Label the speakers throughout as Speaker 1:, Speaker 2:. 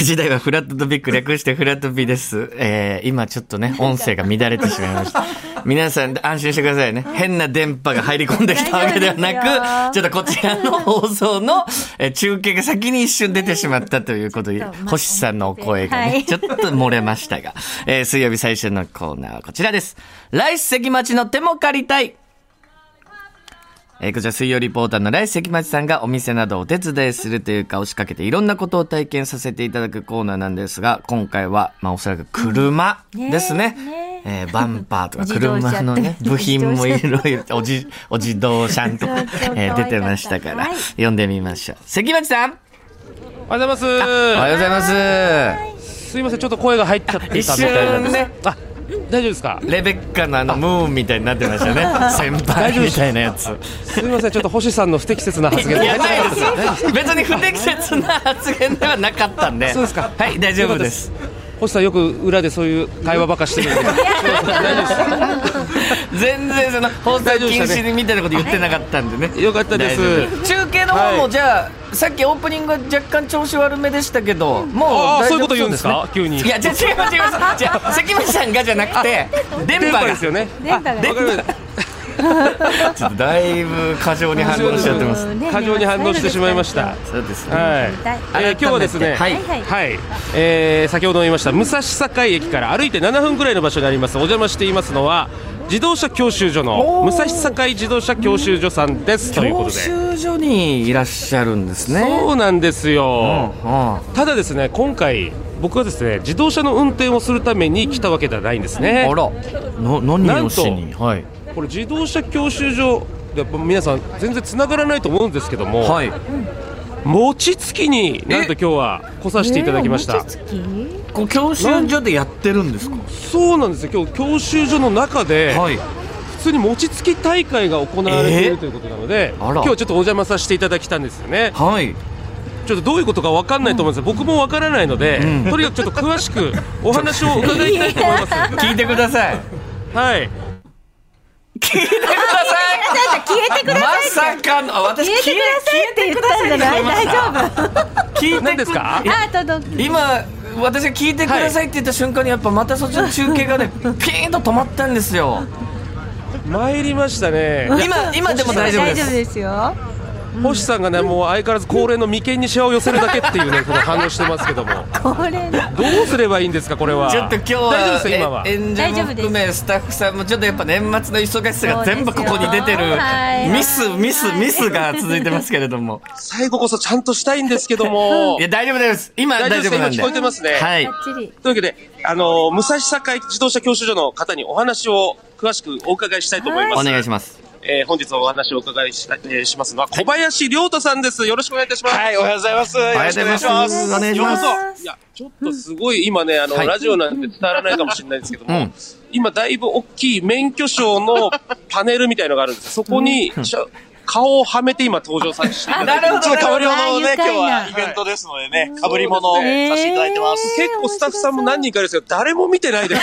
Speaker 1: 時代はフラットトピック略してフラットピです。えー、今ちょっとね、音声が乱れてしまいました。皆さん安心してくださいね。変な電波が入り込んできたわけでは なく、ちょっとこちらの放送の、え中継が先に一瞬出てしまったということで、星さんのお声がね、ちょっと漏れましたが、えー、水曜日最初のコーナーはこちらです。来席待ちの手も借りたい。えー、こちら水曜リポーターの来関町さんがお店などお手伝いするというか、押しかけていろんなことを体験させていただくコーナーなんですが、今回は、まあおそらく車ですね。うん、ねえー、バンパーとか車のね、部品もいろいろ、おじ、お自動車とか、えー、出てましたから、はい、読んでみましょう。関町さん
Speaker 2: おはようございます。。
Speaker 1: おはようございます
Speaker 2: すいません、ちょっと声が入っちゃってたみたいなんです。ね、あ大丈夫ですか
Speaker 1: レベッカのあのムーンみたいになってま したね先輩みたいなやつ
Speaker 2: すみませんちょっと星さんの不適切な発言
Speaker 1: いやない です別に不適切な発言ではなかったんで
Speaker 2: そうですか
Speaker 1: はい大丈夫です
Speaker 2: 星さんよく裏でそういう会話ばかしてるんで
Speaker 1: 全然その放送禁止みたいなこと言ってなかったんでね、
Speaker 2: ね、よかったです
Speaker 1: 中継の方もじゃあ、はい、さっきオープニングは若干調子悪めでしたけど、も
Speaker 2: うそういうこと言うんですか、ね、急に
Speaker 1: いやじゃ違う違うじゃ関口さんがじゃなくて電波が
Speaker 2: ですよね
Speaker 1: 電波がちょっとだいぶ過剰に反応しちゃってます。
Speaker 2: 過剰に反応してしまいました。
Speaker 1: そうです
Speaker 2: ね。はい。えー、今日はですね、はい、はい、えー、先ほど言いました武蔵境駅から歩いて7分くらいの場所にあります。お邪魔していますのは自動車教習所の武蔵境自動車教習所さんです、うん、ということで。
Speaker 1: 教習所にいらっしゃるんですね。
Speaker 2: そうなんですよ。うんうん、ただですね、今回。僕はですね自動車の運転をするために来たわけではないんですね。
Speaker 1: あら、な何をしに、
Speaker 2: はい、これ自動車教習所やっぱ皆さん全然つながらないと思うんですけども、はい、餅つきになんと今日は来させていただきました、え
Speaker 1: ー、こ教習所でやってるんですか
Speaker 2: そうなんですよ今日教習所の中で、はい、普通に餅つき大会が行われている、えー、ということなので、今日ちょっとお邪魔させていただきたんですよね
Speaker 1: はい
Speaker 2: ちょっとどういうことか分かんないと思うんです、うん、僕も分からないので、うん、とにかくちょっと詳しくお話を伺いたいと思います
Speaker 1: 聞いてください
Speaker 2: はい
Speaker 1: 聞いてください。
Speaker 3: 消えてください。
Speaker 1: さいまさかの、私
Speaker 3: 消えてくださいって言ったんじゃない。大丈
Speaker 2: 夫。聞いてですか。
Speaker 3: あ、届
Speaker 1: く。今。私が聞いてくださいって言った瞬間にやっぱまたそっちの中継が ねピンと止まったんですよ
Speaker 2: 参りましたね
Speaker 1: 今今でも大丈夫です
Speaker 3: よ
Speaker 2: 星さんがねもう相変わらず恒例の眉間にしわを寄せるだけっていうねこの反応してますけどもどうすればいいんですかこれは
Speaker 1: ちょっと今日は
Speaker 2: 大丈夫です今は
Speaker 1: 演者も含めスタッフさんもちょっとやっぱ年末の忙しさが全部ここに出てるミスミスミスが続いてますけれど も
Speaker 2: 最後こそちゃんとしたいんですけども
Speaker 1: いや大丈夫です今大丈夫なんで
Speaker 2: 今聞こえてますね
Speaker 1: はい
Speaker 2: というわけであの武蔵境自動車教習所の方にお話を詳しくお伺いしたいと思います、
Speaker 1: はい、お願いします
Speaker 2: えー、本日お話をお伺いし,、えー、しますのは小林亮太さんです。よろしくお願いいたします。
Speaker 4: はい、おはようございます。よろしくお願いします。
Speaker 1: お願いします。
Speaker 2: いや、ちょっとすごい今ね、あの、はい、ラジオなんて伝わらないかもしれないですけども、うん、今だいぶ大きい免許証のパネルみたいのがあるんです。そこに、うん、顔をはめて今登場させていただいて。
Speaker 4: なるほど。ちょっと被り物をね、今日はイベントですのでね、はい、被り物をさせていただいてます。
Speaker 2: 結構スタッフさんも何人かですけど、誰も見てないです。。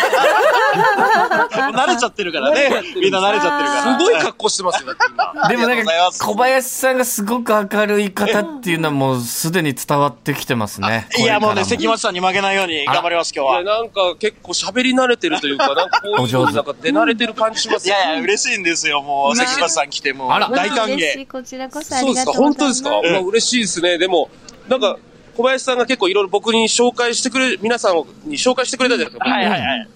Speaker 4: 慣れちゃってるからね。みんな慣れちゃってるから
Speaker 2: すごい格好してますよ、ね、
Speaker 1: 今。でもなんか、小林さんがすごく明るい方っていうのはもうすでに伝わってきてますね。
Speaker 4: いや、もうね、関町さんに負けないように頑張ります、今日は。
Speaker 2: なんか結構喋り慣れてるというか、なんかこういう風になんか出慣れてる感じします、
Speaker 4: ね、いやいや、嬉しいんですよ、もう。関町さん来ても。
Speaker 1: あら、
Speaker 4: 大歓迎。
Speaker 3: こちらこそ
Speaker 2: そうですか、本当ですか、うん、まあ、嬉しいですね。でも、なんか、小林さんが結構いろいろ僕に紹介してくれ、皆さんに紹介してくれたじゃないですか。
Speaker 4: はいはいはい。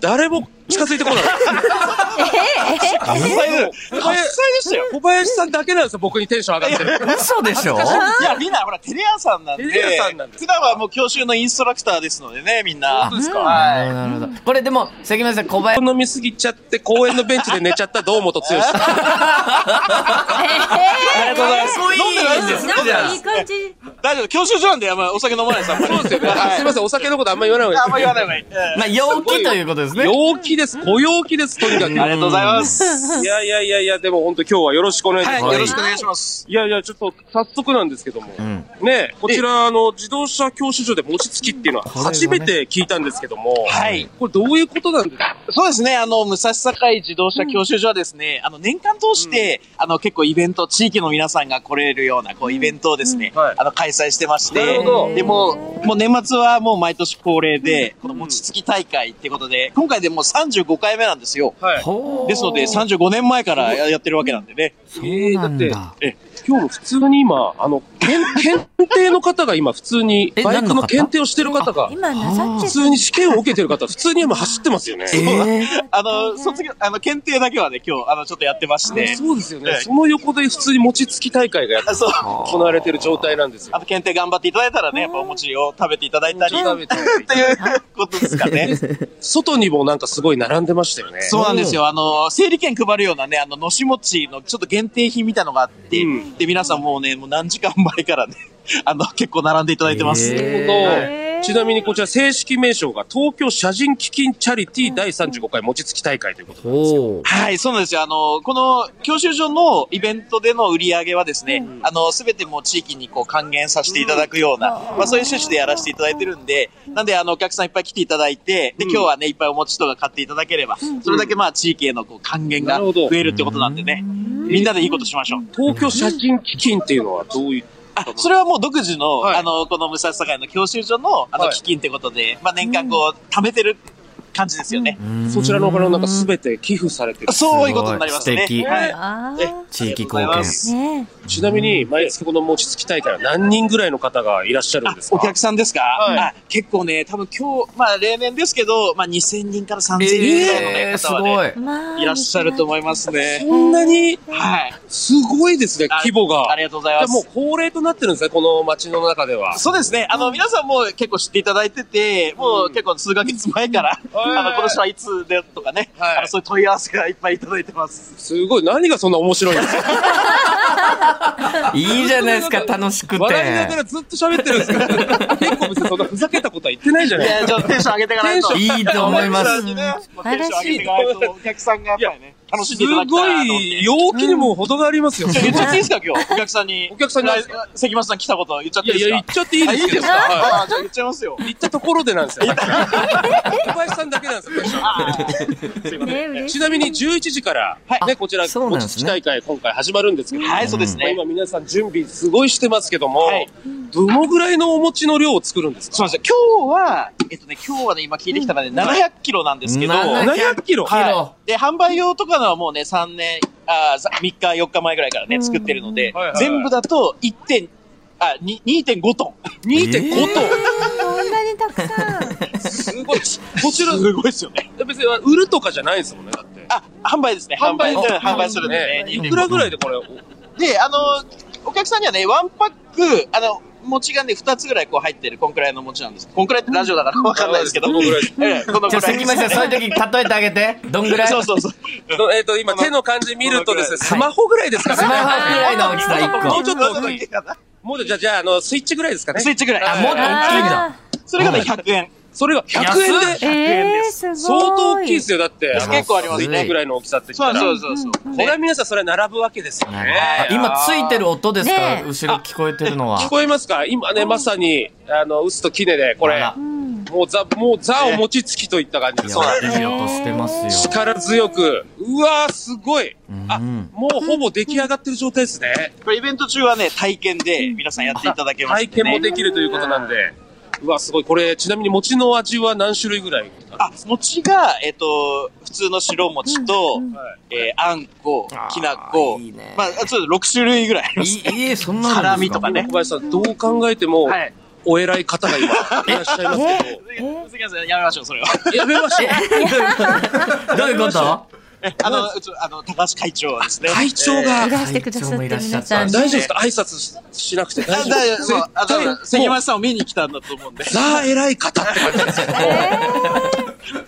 Speaker 2: 誰も近づいてこない。
Speaker 4: ええええ
Speaker 2: 小林さんだけなんですよ、僕にテンション上がってる。
Speaker 1: 嘘でしょ。
Speaker 4: いや、みんな、ほら、テレ屋さんなんで。
Speaker 2: テレ屋さんなんで。
Speaker 4: 普段はもう教習のインストラクターですのでね、みんな。
Speaker 2: そうですか。はい
Speaker 1: なるほど。これでも、関村さん、小林。
Speaker 2: 飲みすぎちゃって、公園のベンチで寝ちゃった堂本剛さん。
Speaker 4: ありがとうございます。飲んでないんです
Speaker 3: かじゃあ。いい感じ。
Speaker 4: 大丈夫。教習所なんで、あんまりお酒飲まないです、あんまり。
Speaker 2: そうですよね。すいません、お酒のことあんまり言わない
Speaker 4: 方がいい。あんまり言わない
Speaker 1: 方がいい。まあ、陽気ということですね。
Speaker 2: 陽気です。小陽気です、とにかく。
Speaker 4: ありがとうございます。
Speaker 2: いやいやいやいや、でも本当今日はよろしくお願いします。
Speaker 4: はい、よろしくお願いします。
Speaker 2: いやいや、ちょっと早速なんですけども。うん、ねこちら、あの、自動車教習所で餅つきっていうのは初めて聞いたんですけども。
Speaker 4: はい。
Speaker 2: これどういうことなんですか
Speaker 4: そうですね、あの、武蔵境自動車教習所はですね、あの、年間通して、あの、結構イベント、地域の皆さんが来れるような、こう、イベントをですね、
Speaker 2: うんはい
Speaker 4: あの、開催してまして、
Speaker 2: なるほど
Speaker 4: でもう、もう年末はもう毎年恒例で、この餅つき大会ってことで、今回でもう35回目なんですよ。
Speaker 2: はい。
Speaker 1: ほう
Speaker 4: ですので、35年前からややってるわけなん でね。
Speaker 1: そうなん
Speaker 2: えーだ
Speaker 1: だ。
Speaker 4: ええ
Speaker 2: 今日も普通に今、あの、検、 検定の方が今普通に、
Speaker 1: え
Speaker 2: バイク
Speaker 1: 何の
Speaker 2: の
Speaker 1: 方
Speaker 2: 検定をしてる方が、
Speaker 5: 今なさっちゃ
Speaker 2: 普
Speaker 5: っ
Speaker 2: 通に試験を受けてる方、普通に今走ってますよね。
Speaker 1: え
Speaker 4: あの、卒業、あの、検定だけはね、今日、あの、ちょっとやってまして。
Speaker 2: そうですよね
Speaker 4: え。え
Speaker 2: その横で普通に餅つき大会がやっ
Speaker 4: あそう。
Speaker 2: 行われてる状態なんですよ
Speaker 4: あ。の、検定頑張っていただいたらね、やっぱお餅を食べていただいたり、
Speaker 2: 食べて
Speaker 4: っていうことですかね。
Speaker 2: 外にもなんかすごい並んでましたよね。
Speaker 4: そうなんですよ。あの、整理券配るようなね、あの、のし餅のちょっと限定品みたいのがあって、
Speaker 2: うん
Speaker 4: で、皆さんもうね、もう何時間前からね、 あの、結構並んでいただいてます。
Speaker 1: へ
Speaker 2: なるほどちなみにこちら正式名称が東京写真基金チャリティー第35回餅つき大会ということ
Speaker 1: ー、
Speaker 2: なんですよ。
Speaker 1: ほう。
Speaker 4: はい、そうなんですよ。あの、この教習所のイベントでの売り上げはですね、あの、すべてもう地域にこう還元させていただくような、まあそういう趣旨でやらせていただいてるんで、なんであの、お客さんいっぱい来ていただいて、で、今日はね、いっぱいお餅とか買っていただければ、それだけまあ地域へのこう還元が
Speaker 2: なるほど
Speaker 4: 増えるってことなんでね、みんなでいいことしましょう。
Speaker 2: 東京写真基金っていうのはどういう、
Speaker 4: あ、それはもう独自の、
Speaker 2: はい
Speaker 4: あの、この武蔵境の教習所の、あの、
Speaker 2: はい
Speaker 4: 基金ってことで、まあ年間こう、貯めてる感じですよね。
Speaker 2: そちらのお金をなんか全て寄付されてる。
Speaker 4: そういうことになりますね。
Speaker 1: すごい素敵
Speaker 4: はい
Speaker 5: あ
Speaker 4: え
Speaker 1: 地域
Speaker 4: あ
Speaker 1: 貢
Speaker 4: りがと
Speaker 1: 献
Speaker 4: うございま。す
Speaker 5: ね
Speaker 2: ちなみに、毎月この餅つき大会は何人ぐらいの方がいらっしゃるんですか
Speaker 4: お客さんですか、
Speaker 2: はい
Speaker 4: あ結構ね、多分今日、まあ例年ですけど、まあ2000人から3000人ぐらいの、ね
Speaker 1: えー、す
Speaker 4: 方はね
Speaker 1: ごい
Speaker 5: え。。まあ。
Speaker 4: いらっしゃると思いますね。
Speaker 2: そんなに、
Speaker 4: はい。
Speaker 2: すごいですね、
Speaker 4: あ
Speaker 2: 規模が。
Speaker 4: ありがとうござい
Speaker 2: じゃ
Speaker 4: ま
Speaker 2: あもう
Speaker 4: す。
Speaker 2: 恒例となってるんですね、この街の中では。
Speaker 4: そうですね。あの、皆さんも結構知っていただいてて、もう結構数ヶ月前から、
Speaker 2: はい
Speaker 4: あの、今年はいつでとかね、
Speaker 2: はい
Speaker 4: あの、そういう問い合わせがいっぱいいただいてます。
Speaker 2: すごい、何がそんな面白いんです か
Speaker 1: いいじゃないですか、楽しくて。
Speaker 2: 笑いながらずっと喋ってるんですけど、 結構別にそんなふざけたことは言ってないじゃないいです
Speaker 4: や、ちょっとテンション上げていかないと。
Speaker 1: いいと思いま
Speaker 4: お客さん
Speaker 1: す。
Speaker 4: にねテンション上げていかないと、お客さんがやっぱりね、楽
Speaker 2: か。
Speaker 4: し
Speaker 2: す
Speaker 4: んでいただき
Speaker 2: ご
Speaker 4: たいなと思って。
Speaker 2: い、陽気にも程がありますよ。
Speaker 4: 言っちゃっ
Speaker 2: い
Speaker 4: ていいですか、今日。お客さんに。
Speaker 2: お客さんに
Speaker 4: 来関町さん来たこと言っちゃってい
Speaker 2: や
Speaker 4: い
Speaker 2: い
Speaker 4: で
Speaker 2: や、言っ
Speaker 4: すか
Speaker 2: ちゃっていいですけど。はい
Speaker 4: あ、じゃあ言っちゃいますよ。
Speaker 2: 言ったところでなんですよ。小林さんだけなんですよ。
Speaker 5: ね嬉しい
Speaker 2: ちなみに11時から、ね、こちら、
Speaker 1: あそうなんで
Speaker 2: 餅
Speaker 1: す
Speaker 2: つ
Speaker 1: ね
Speaker 2: き大会今回始まるんですけど、
Speaker 4: はい、そうです
Speaker 2: まあ
Speaker 4: ね。
Speaker 2: 今皆さん準備すごいしてますけども
Speaker 4: はい、
Speaker 2: どのぐらいのお餅の量を作るんですか
Speaker 4: そうなんですよ。今日は、えっとね、今日はね、今聞いてきたらね、700キロなんですけど、
Speaker 1: 700
Speaker 2: 700キロ
Speaker 1: キロ
Speaker 4: はいで、販売用とかのはもうね、3年、あ3日、4日前ぐらいからね、作ってるの
Speaker 2: は
Speaker 4: で
Speaker 2: いはいは、い
Speaker 4: 全部だと1点、あ、に2.5トン。
Speaker 2: 2.5ト ン。
Speaker 5: こんなにたくさん。
Speaker 2: すごい。こちら、
Speaker 4: すごいですよね。
Speaker 2: 別に売るとかじゃないですもんね、だって。
Speaker 4: あ、販売ですね。販売、うん販売するんでね。
Speaker 2: い
Speaker 4: 2.5
Speaker 2: くらぐらいでこれ、
Speaker 4: で、あの、お客さんにはね、ワンパック、あの、餅がね、二つぐらいこう入ってる、こんくらいの餅なんです。こんくらいってラジオだからわかんないですけど。
Speaker 2: このぐらいです
Speaker 4: ええこの
Speaker 1: じゃ
Speaker 4: ぐ
Speaker 1: あ、
Speaker 4: ら
Speaker 1: 関
Speaker 4: いです。
Speaker 1: 町さん、そういう時、例えてあげて。どんぐらい
Speaker 4: そうそうそう。
Speaker 2: えっと、今手の感じ見るとですね、
Speaker 1: はい
Speaker 2: スマホぐらいですかね。
Speaker 1: スマホぐらいの大きさ1
Speaker 2: も
Speaker 1: 個
Speaker 2: う。ちょっと大きい。もうじゃあ、じゃあ、あの、スイッチぐらいですかね。
Speaker 4: スイッチぐらい。
Speaker 2: あ
Speaker 1: もっと大きいんだ。
Speaker 4: それがね、100円。
Speaker 2: それが100円で、
Speaker 5: あーえー、すごい。
Speaker 2: 相当大きいですよ、だって。あの
Speaker 4: 結構あります
Speaker 1: ね
Speaker 2: スイッチぐらいの大きさって言った
Speaker 4: そう
Speaker 2: ら。
Speaker 4: そうそうそう。
Speaker 2: これ
Speaker 4: ね
Speaker 2: は皆さん、それは並ぶわけですよね。
Speaker 1: あ今、ついてる音ですか
Speaker 5: ねえ
Speaker 1: 後ろ聞こえてるのは。
Speaker 2: 聞こえますか今ね、まさに、あの、臼と杵で、こ
Speaker 1: あ
Speaker 2: れ
Speaker 1: ら、
Speaker 2: もうザ、もうザを餅つきといった感じで
Speaker 1: い
Speaker 2: す
Speaker 1: や。いい音してますよ。
Speaker 2: 力強く、うわー、すごい。あ、
Speaker 1: うん
Speaker 2: もうほぼ出来上がってる状態ですね。
Speaker 4: これイベント中はね、体験で皆さんやっていただけますん
Speaker 2: 体
Speaker 4: でね。
Speaker 2: 験もできるということなんで。うわ、すごい。これ、ちなみに餅の味は何種類ぐらい
Speaker 4: あ、餅が、えっ、と、普通の白餅と、えーあんこ、きな
Speaker 1: あ
Speaker 4: こ
Speaker 1: ーいいね、
Speaker 4: まあ、ちょっと6種類ぐらいあります。
Speaker 1: いい、え、そんなの
Speaker 4: 辛みとかね
Speaker 2: 小。林さん、どう考えても、
Speaker 4: はい。
Speaker 2: お偉い方が今、いらっしゃいますけど。
Speaker 4: 杉原さん、やめましょう、それは。
Speaker 2: やめましょう。
Speaker 1: どういうこと
Speaker 4: あの、うちあの、高橋会長はですね。
Speaker 2: 会長が
Speaker 5: い、らしてくださって皆さん。
Speaker 2: 大丈夫ですか挨拶ししなくて大
Speaker 4: あ
Speaker 2: 丈夫
Speaker 4: だそう、あ
Speaker 2: 絶対
Speaker 4: の、関町さんを見に来たんだと思うんで。
Speaker 2: ザー偉い方って感じですよ。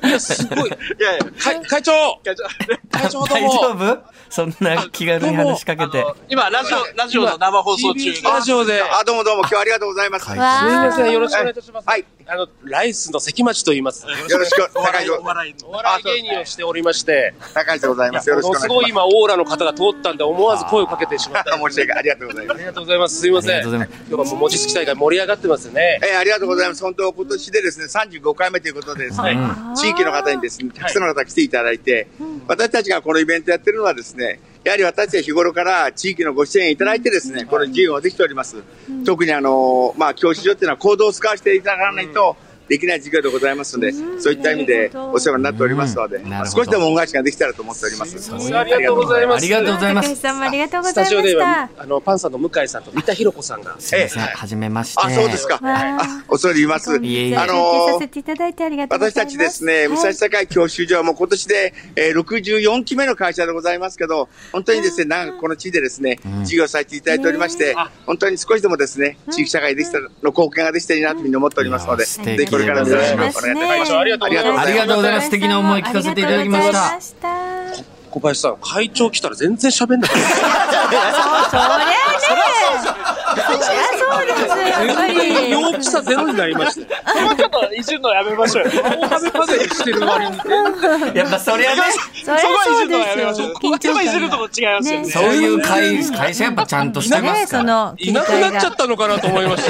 Speaker 2: いや、すごい。
Speaker 4: いやいや、
Speaker 2: 会、会長
Speaker 4: 会長、
Speaker 2: 会長どう
Speaker 1: 大丈
Speaker 2: も
Speaker 1: 夫そんな気軽に話しかけて
Speaker 4: あ。の今、ラジオ、ラジオの生放送中
Speaker 2: TBS ラジオで。
Speaker 6: あ、どうもどうも、今日はありがとうございます。
Speaker 1: はい
Speaker 6: は
Speaker 2: すいません、よろしくお願いいたします。
Speaker 6: い、
Speaker 2: あの、ライスの関町と言います。
Speaker 6: よろしく
Speaker 4: お笑い、
Speaker 6: 高井
Speaker 4: お笑いの。
Speaker 2: お笑い芸人をしておりまして、
Speaker 6: 高橋でございます。よ
Speaker 2: も
Speaker 6: ろしくお
Speaker 2: の
Speaker 6: 願い
Speaker 2: す
Speaker 6: し
Speaker 2: ごい
Speaker 6: ま
Speaker 2: 今、オーラの方が通ったんで、思わず声をかけてしまった。あ
Speaker 6: す。申し訳ないありがとうございます。
Speaker 2: りがとうございます。すいませ
Speaker 1: あ
Speaker 2: ん。
Speaker 1: りがとうござ
Speaker 2: 今
Speaker 1: いま
Speaker 2: 日はもう餅つき大会盛り上がってますよね。
Speaker 6: えーありがとうございます。本当、今年でですね、35回目ということでですね、地域の方にですね、たくさんの方が来ていただいて、私たちがこのイベントやってるのはですね、やはり私たちは日頃から地域のご支援いただいてですね、この事業ができております。特にあの、まあ、教習所っていうのは行動を使わせていただかないと、できない事業でございますので、そういった意味でお世話になっておりますので、
Speaker 1: うんなるほど
Speaker 6: 少しでも恩返しができたらと思っております。
Speaker 2: ありがとうございます。
Speaker 1: ありがとうございま
Speaker 5: 高
Speaker 1: す
Speaker 5: 橋。さんもありがとうござ
Speaker 2: スタ
Speaker 5: いま
Speaker 2: ジオで
Speaker 5: し
Speaker 2: は
Speaker 5: た。、
Speaker 2: あの、パンサーの向井さんと三田寛子さんが、
Speaker 1: すいません、はじめまして。
Speaker 6: あ、そうですか。
Speaker 5: わ
Speaker 6: あ、恐れ入ります。あ
Speaker 1: いえいえ
Speaker 5: あのさ
Speaker 6: の
Speaker 5: せていただいてありがとうございま
Speaker 6: 私
Speaker 5: す。
Speaker 6: たちですね、武蔵
Speaker 5: はい
Speaker 6: 境教習所はもう今年で、えー64期目の会社でございますけど、本当にですね、長くこの地でですね、事業させていただいておりまして、本当に少しでもですね、地域社会できたの貢献ができたらいいなというふうに思っておりますので、
Speaker 1: いや素敵
Speaker 6: ぜひこれからもよろしくお願いいたし
Speaker 5: ありがと
Speaker 6: ます。
Speaker 5: うございます
Speaker 2: ありがとうございます
Speaker 1: ありがとうございます素敵な思い聞かせていただきました
Speaker 5: ありがとうございました
Speaker 2: 小林さん、会長来たら全然喋んなかった。
Speaker 5: そうですよ、やっぱり。
Speaker 2: 陽気さゼロになりました。
Speaker 4: もうちょっと、いじるのやめまし ょうよ。
Speaker 2: 大はめパゼルしてる割に。
Speaker 1: やっぱそりゃね、
Speaker 5: そりゃそうですよ。
Speaker 4: こっちもいじるとも違いますよね。
Speaker 5: ね
Speaker 1: そういう会会社やっぱちゃんとしてます
Speaker 5: ね、
Speaker 1: か
Speaker 5: そ
Speaker 1: ら。
Speaker 5: の、
Speaker 2: いなくなっちゃったのかなと思いまし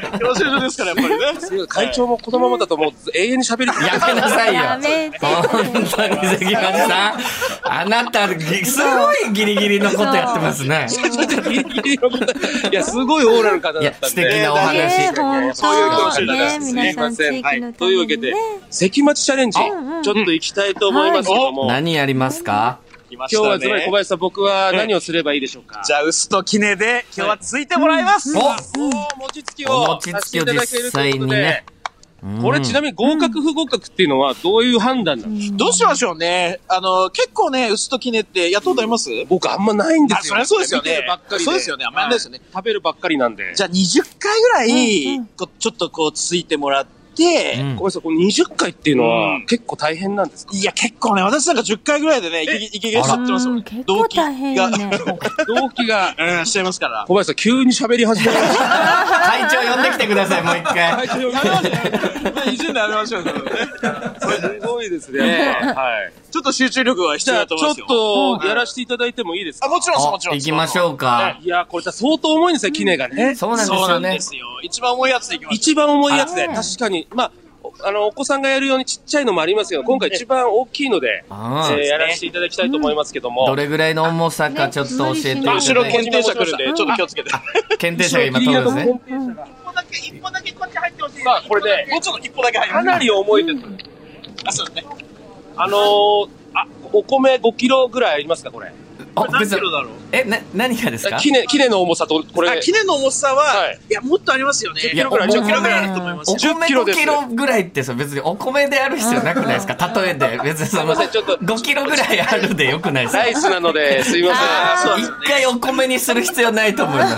Speaker 2: た。
Speaker 4: 教習所ですから、やっぱりね。
Speaker 2: 会長もこのままだともう永遠に喋り続け
Speaker 1: やめなさいよ。
Speaker 5: やめて
Speaker 1: 本当に関町さん、あなた、ぎすごいギリギリのことやってますね。
Speaker 2: ギリギリのこといや、すごいオーラの方
Speaker 1: い
Speaker 2: だ
Speaker 1: や
Speaker 2: っ、たん
Speaker 1: 素
Speaker 2: で。
Speaker 1: 敵なお
Speaker 5: ね
Speaker 1: 話。
Speaker 5: 本当ね、皆さん地
Speaker 6: は
Speaker 5: 域
Speaker 6: い
Speaker 5: の
Speaker 2: というわけで、関町チャレンジ、ちょっと行きたいと思いますけども、今
Speaker 1: 何やりますか
Speaker 4: 来まし
Speaker 2: 日
Speaker 4: たね
Speaker 2: はずばり小林さん、僕は何をすればいいでしょうか。
Speaker 4: じゃあ、薄とキネで、今日はついてもらいます。
Speaker 1: お
Speaker 2: おー餅つき
Speaker 1: お
Speaker 2: を
Speaker 1: 餅
Speaker 2: さ
Speaker 1: つき
Speaker 2: せてい
Speaker 1: を
Speaker 2: ただ
Speaker 1: 実
Speaker 2: けると
Speaker 1: 際
Speaker 2: いうこ
Speaker 1: に
Speaker 2: とで
Speaker 1: ね、。
Speaker 2: これちなみに合格不合格っていうのはどういう判断なの
Speaker 4: どうしましょうね。あの、結構ね、薄とキネってやったことあります
Speaker 2: 僕あんまないんで
Speaker 4: あ、
Speaker 2: す
Speaker 4: そ
Speaker 2: よ。
Speaker 4: りゃそうですよ
Speaker 2: 見て
Speaker 4: ね
Speaker 2: るばっか。り
Speaker 4: そうですよね。あんまりないですよね。
Speaker 2: 食べるばっかりなんで。
Speaker 4: じゃあ、20回ぐらい、こうちょっとこう、ついてもらって、
Speaker 1: うん
Speaker 2: 小林さん、この20回っていうのは結構大変なん ですか
Speaker 4: いや、結構ね、私なんか10回ぐらいでね、いけ、いけいけしちゃってますもん。
Speaker 5: 結構大変よね。
Speaker 2: 動機が、
Speaker 4: うん、しちゃいますから。
Speaker 2: 小林さん急に喋り始めまし
Speaker 1: 会長呼んできてください、もう一回。
Speaker 4: いじるのやめましょうね。
Speaker 2: た。すごいですね。はい。
Speaker 4: ちょっと集中力は必
Speaker 2: じ
Speaker 4: 要
Speaker 2: ゃあ、
Speaker 4: だと
Speaker 2: ち
Speaker 4: 思いますよ。
Speaker 2: ょっとやらせていただいてもいいです
Speaker 4: あ、
Speaker 2: か
Speaker 4: もちろんです、もちろ
Speaker 1: お
Speaker 4: んで
Speaker 1: 行
Speaker 4: す。
Speaker 1: きましょうか。
Speaker 2: いや、これさ、相当重いんですよ、キネがね。
Speaker 1: そうなんです
Speaker 4: そうな
Speaker 1: よ
Speaker 4: ん
Speaker 1: ね
Speaker 4: で。すよ。一番重いやつでいきましょう。
Speaker 2: 一番重いやつで、
Speaker 5: はい
Speaker 2: 確かに。まあ、おあの、お子さんがやるようにちっちゃいのもありますけど、今回一番大きいので、
Speaker 1: うん
Speaker 2: えーやらせていただきたいと思いますけども。
Speaker 1: どれぐらいの重さかちょっと教えていただい
Speaker 4: 後ろ
Speaker 1: て。
Speaker 4: 検定者来るんで、ちょっと気をつけて。
Speaker 1: 検定者が今通るんですね。
Speaker 4: 一歩だけこっち入ってほしい。
Speaker 2: さあ、これで、
Speaker 4: もうちょっと一歩だけ入りま
Speaker 2: か
Speaker 4: す
Speaker 2: なり重いです。
Speaker 4: あ、そうですね。
Speaker 2: あのー、あ、お米5キロぐらいありますか、これ。
Speaker 4: これ
Speaker 1: あ
Speaker 4: 何
Speaker 1: 別
Speaker 4: キ
Speaker 1: に
Speaker 4: ロだろう
Speaker 1: え、な、何がですか
Speaker 2: キネ、キネの重さと、これ
Speaker 4: あ、、記念の重さ
Speaker 2: は
Speaker 4: は、
Speaker 2: い
Speaker 4: いや、もっとありますよね。10
Speaker 1: いや
Speaker 4: ぐらい、
Speaker 1: 重い
Speaker 4: 10キロぐらいあると思います
Speaker 1: お
Speaker 4: よ。
Speaker 1: 米
Speaker 2: 10キロ
Speaker 1: 5
Speaker 2: です
Speaker 1: キロぐらいってさ、別にお米である必要なくないですか例えで。別にその、
Speaker 2: すいませんちょっと
Speaker 1: 5キロぐらいあるでよくないですか
Speaker 2: ライスなので、すいませ
Speaker 4: あーそ
Speaker 2: ん。
Speaker 4: う
Speaker 1: 一回お米にする必要ないと思います。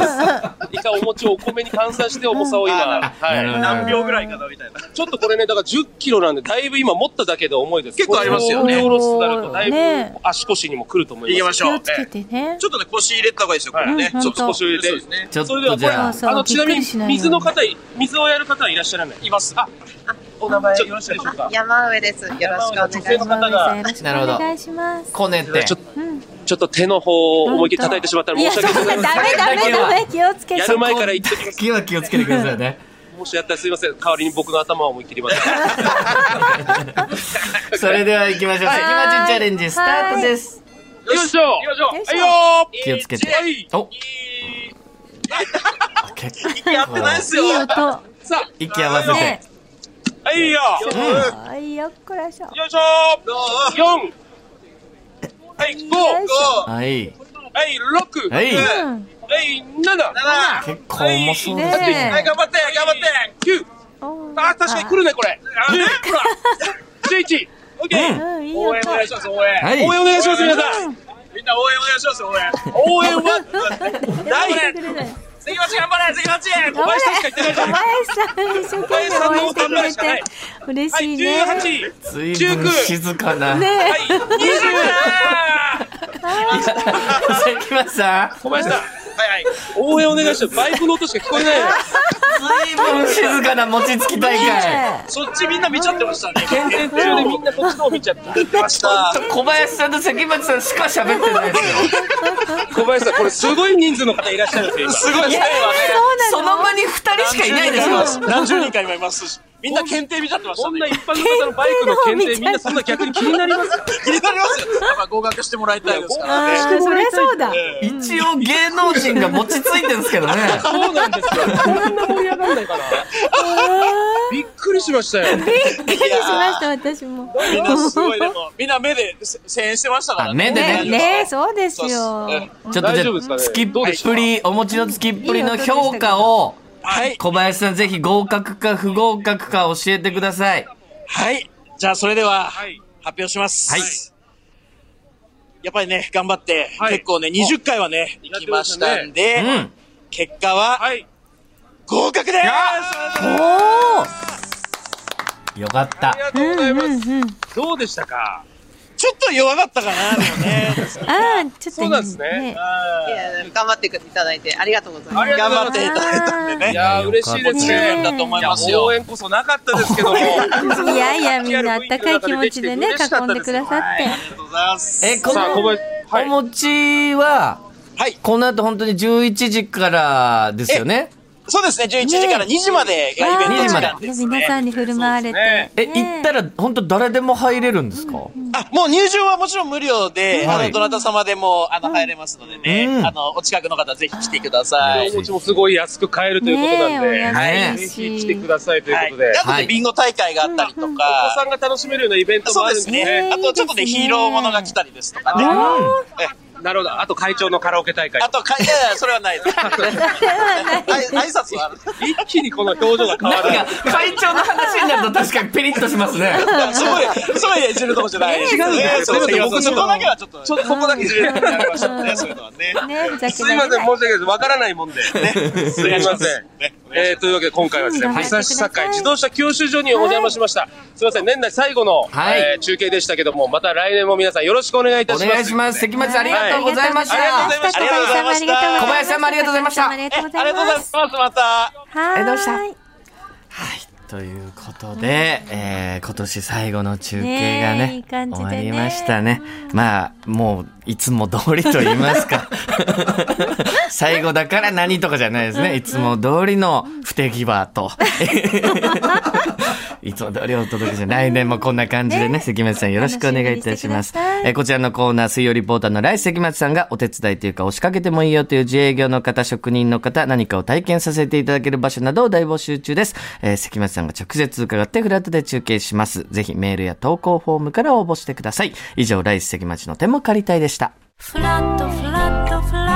Speaker 2: 一回お餅をお米に換算して重さを今、
Speaker 4: あ
Speaker 1: な
Speaker 4: な
Speaker 1: るほど
Speaker 2: は
Speaker 1: なる
Speaker 4: 何秒ぐらいかなみたいな。
Speaker 2: い。ちょっとこれね、だから10キロなんで、だいぶ今持っただけで重いです。
Speaker 4: 結構ありますよね
Speaker 2: これを下ろすとなると、だいぶ
Speaker 5: ね
Speaker 2: 足腰にも来ると思います。
Speaker 4: 行
Speaker 5: 気
Speaker 4: きましょう
Speaker 5: をつけてね
Speaker 4: ち。ょっとね、腰入れた方がいいですよ、これね。
Speaker 5: うん
Speaker 4: ちょっと
Speaker 5: ほんと
Speaker 4: 腰を入れて。そうですね。
Speaker 1: ちょっ
Speaker 2: それでは
Speaker 1: とじ
Speaker 2: これ、
Speaker 1: ゃあ、
Speaker 5: そう
Speaker 2: あの、ちなみ
Speaker 5: びっくり
Speaker 2: に
Speaker 5: しないように
Speaker 2: 水の方、水をやる方いらっしゃらない。
Speaker 4: います。あ、
Speaker 2: お名前よろしいでしょうか。
Speaker 7: 山上です。よろしくお願いし
Speaker 2: 女性
Speaker 7: ま
Speaker 2: の
Speaker 7: す。
Speaker 2: 方が、
Speaker 5: よろしくお願いします。
Speaker 1: こねて
Speaker 2: ちょ。っと、ちょっと手の方を思いっきり叩いてしまったら申し訳ございません。
Speaker 5: ダメダメダメ、気をつけて。
Speaker 2: やる前から言っておきます。
Speaker 1: 気は気をつけてください ね。
Speaker 2: もしやったらすいません。代わりに僕の頭を思いっきりました。
Speaker 1: それでは行きましょう。関町チャレンジスタートです。
Speaker 2: よいしょよいしょ
Speaker 5: よいしょ
Speaker 2: はいよ
Speaker 1: 気をつけて
Speaker 2: はい。
Speaker 1: お結構
Speaker 4: やってないっすよ。
Speaker 5: いい音。
Speaker 2: さ
Speaker 1: 息合わせて
Speaker 5: ね。。
Speaker 2: あ、はいよ
Speaker 5: あいよ、こらしょ。
Speaker 2: よいしょ四はい、五
Speaker 1: はい。
Speaker 2: はい、六
Speaker 1: はい。
Speaker 5: うん。
Speaker 2: はい、七
Speaker 4: あ
Speaker 1: 結構重そうですね。
Speaker 5: ね
Speaker 2: 頑張って頑張って九あ、確かに来るね、これ十ほら十一オッケー
Speaker 5: うん、いい
Speaker 4: 応
Speaker 5: 音
Speaker 4: 援。お願いします、応援。
Speaker 1: はい。
Speaker 2: 応援お願いします、皆さん
Speaker 4: みんな応援お願いします、応援。
Speaker 2: 応援は
Speaker 5: 大
Speaker 4: 関町頑張れ、関町
Speaker 5: 頑張れ
Speaker 2: 小林さんしか言ってないじゃん
Speaker 5: 小林さん一生懸命応援してくれ
Speaker 2: 小林さんのお
Speaker 5: て嬉
Speaker 2: は
Speaker 5: し
Speaker 2: い、
Speaker 5: い
Speaker 2: 十
Speaker 5: ね。
Speaker 2: 八
Speaker 1: 随分静かな。
Speaker 5: ね
Speaker 2: はい、二十
Speaker 1: 関町さん。
Speaker 2: 小林さん
Speaker 4: はいはい。
Speaker 2: 応援お願いしますバイクの音しか聞こえないよ
Speaker 1: 随分静かな餅つき大会。
Speaker 4: そっちみんな見ちゃってましたね。検定中でみんなこっちの方見ちゃって。見てました。
Speaker 1: 小林さんと関町さんしか喋ってないですよ。
Speaker 2: 小林さん、これすごい人数の方いらっしゃるんですよ。
Speaker 4: すごいですね、
Speaker 1: その場に二人しかいないですよ。
Speaker 4: 今ね。何十人か今いますし。みんな検定見ちゃってました
Speaker 2: そん
Speaker 4: ね
Speaker 2: な。一般の方のバイクの検定、みんなそんな逆に気になりますか
Speaker 4: 気になりますよ。やっぱ合格してもらいたいですからね。
Speaker 5: あーそりゃそうだ。
Speaker 1: 一応芸能人が餅ついてるんですけどね。
Speaker 2: そうなんですよ。こんな盛り上がんないから。びっくりしましたよ。
Speaker 5: びっくりしました、私も。
Speaker 4: みんなすごい、でも、みんな目でせ声援してましたから
Speaker 1: あ目で
Speaker 5: ね、
Speaker 1: ね
Speaker 5: ね、そうです
Speaker 4: そうっす
Speaker 5: よ
Speaker 4: ね。
Speaker 1: ちょっとじ
Speaker 2: 大丈夫です
Speaker 1: ゃ
Speaker 2: か
Speaker 1: あ、
Speaker 2: ね
Speaker 1: つきっ
Speaker 2: どうで
Speaker 1: ぷり、お餅のつきっぷりの評価を、
Speaker 4: はい。
Speaker 1: 小林さんぜひ合格か不合格か教えてください。
Speaker 4: はい。じゃあ、それでは、
Speaker 2: はい
Speaker 4: 発表します。
Speaker 1: はい
Speaker 4: やっぱりね、頑張って、
Speaker 2: はい
Speaker 4: 結構ね、20回はね、行きましたんで、
Speaker 1: うん。
Speaker 4: 結果は、
Speaker 2: はい。
Speaker 4: 合格です
Speaker 1: おーよかった
Speaker 2: あ。りがとうございます。どうでしたか
Speaker 4: ちょっと弱かったかな、でもね。
Speaker 5: ああ、ちょっと。
Speaker 2: そうなんですね。
Speaker 7: いや頑張っていただいてありがとうございます。
Speaker 4: 頑張っていただいたんで
Speaker 2: い
Speaker 4: ね。
Speaker 2: やー、嬉しいです
Speaker 4: 十
Speaker 2: ね。
Speaker 4: 分だと思います
Speaker 2: 応
Speaker 4: よ。
Speaker 2: 援こそなかったですけど も。
Speaker 5: いやいや、みんなあったかい気持ちでね、囲んでくださって。
Speaker 4: ありがとうございます。
Speaker 1: え、こ
Speaker 2: さあ、小
Speaker 1: の
Speaker 2: 林、は
Speaker 1: お
Speaker 2: い。
Speaker 1: 餅は、
Speaker 4: はい。
Speaker 1: この後本当に11時からですよね。
Speaker 4: そうですね、11時から2時までがイベント時間です
Speaker 5: 皆さ
Speaker 4: ね。
Speaker 5: んに振る舞われて
Speaker 2: ね。
Speaker 1: え、
Speaker 5: ね
Speaker 1: 行ったら本当誰でも入れるんですか
Speaker 4: あ、もう入場はもちろん無料で、
Speaker 1: はい
Speaker 4: あの、どなた様でも、あの、入れますので
Speaker 1: う
Speaker 4: ね
Speaker 1: ん、
Speaker 4: あの、お近くの方ぜひ来てください
Speaker 2: お。餅もすごい安く買えるということなん
Speaker 5: ねえ
Speaker 2: で、
Speaker 1: お安
Speaker 5: い
Speaker 2: ぜ
Speaker 5: し
Speaker 2: ひ来てくださいという
Speaker 4: は
Speaker 2: こ
Speaker 4: い。
Speaker 2: と
Speaker 4: で
Speaker 2: で。
Speaker 4: あと
Speaker 1: は
Speaker 4: ね、
Speaker 1: い
Speaker 4: ビンゴ大会があったりと
Speaker 2: お子さ
Speaker 4: か、
Speaker 2: んが楽しめるようなイベントも
Speaker 4: そ
Speaker 2: ある
Speaker 4: うで
Speaker 2: んですね
Speaker 4: ね。。あと、ちょっとね、ヒーローものが来たりですとかね。
Speaker 2: なるほど。あと会長のカラオケ大会
Speaker 4: あ。と、かいやいや、それ はないです。あい挨拶はある。
Speaker 2: 一気にこの表情が変
Speaker 1: なん
Speaker 2: わ
Speaker 1: か、会長の話になると確かにピリッとしますね。
Speaker 4: すごい、すごいね、いじるとこじゃないですね。
Speaker 2: 違うんですよ
Speaker 4: そう
Speaker 2: せめて僕の
Speaker 4: そこだけはちょっと、ちょっとそこだけじるとこになりました
Speaker 5: う
Speaker 4: ね、
Speaker 5: ん
Speaker 4: そういうのはね。
Speaker 5: ね、ふざ
Speaker 2: る。
Speaker 5: け
Speaker 2: す
Speaker 5: ら
Speaker 2: い
Speaker 5: れ
Speaker 2: ません、申
Speaker 5: ない。
Speaker 2: し訳ないです。わからない もんで。すいません。
Speaker 4: ね
Speaker 2: えー、というわけで今回はですね、
Speaker 5: うん
Speaker 2: 武蔵境
Speaker 5: はい
Speaker 2: 自動車教習所にお邪魔しました。すいません、年内最後の、
Speaker 1: はい
Speaker 2: えー中継でしたけども、また来年も皆さんよろしくお願いいた
Speaker 1: お
Speaker 2: します。
Speaker 1: 願いします。関町さんありがとうございました。
Speaker 2: はいありがとうございました
Speaker 5: 小林さんもありがとうございました。
Speaker 1: 小林さんもありがとうございました
Speaker 5: あり
Speaker 4: え
Speaker 5: がとうご
Speaker 4: あ
Speaker 5: ざ
Speaker 4: り
Speaker 5: い
Speaker 4: がとうご
Speaker 5: ま。
Speaker 4: ざいますす。また。
Speaker 5: は
Speaker 1: ありがとうございました
Speaker 5: ーい。
Speaker 1: ということで、えー今年最後の中継が
Speaker 5: ね
Speaker 1: ね
Speaker 5: えいい感じで
Speaker 1: 終
Speaker 5: ね
Speaker 1: わりましたね。まあ、もう、いつも通りと言いま すか。最後だから何とかじゃないですね。いつも通りの不手際と。いつも通りお届けして、来年もこんな感じでね、関町さんよろしくお願いいたします。
Speaker 5: 楽しみにしてください
Speaker 1: えーこちらのコーナー、水曜リポーターのライス関町さんがお手伝いというか、押しかけてもいいよという自営業の方、職人の方、何かを体験させていただける場所などを大募集中です。えー関町さんが直接伺ってフラットで中継します。ぜひメールや投稿フォームから応募してください。以上、ライス関町の手も借りたいでした。
Speaker 8: フラットフラットフラ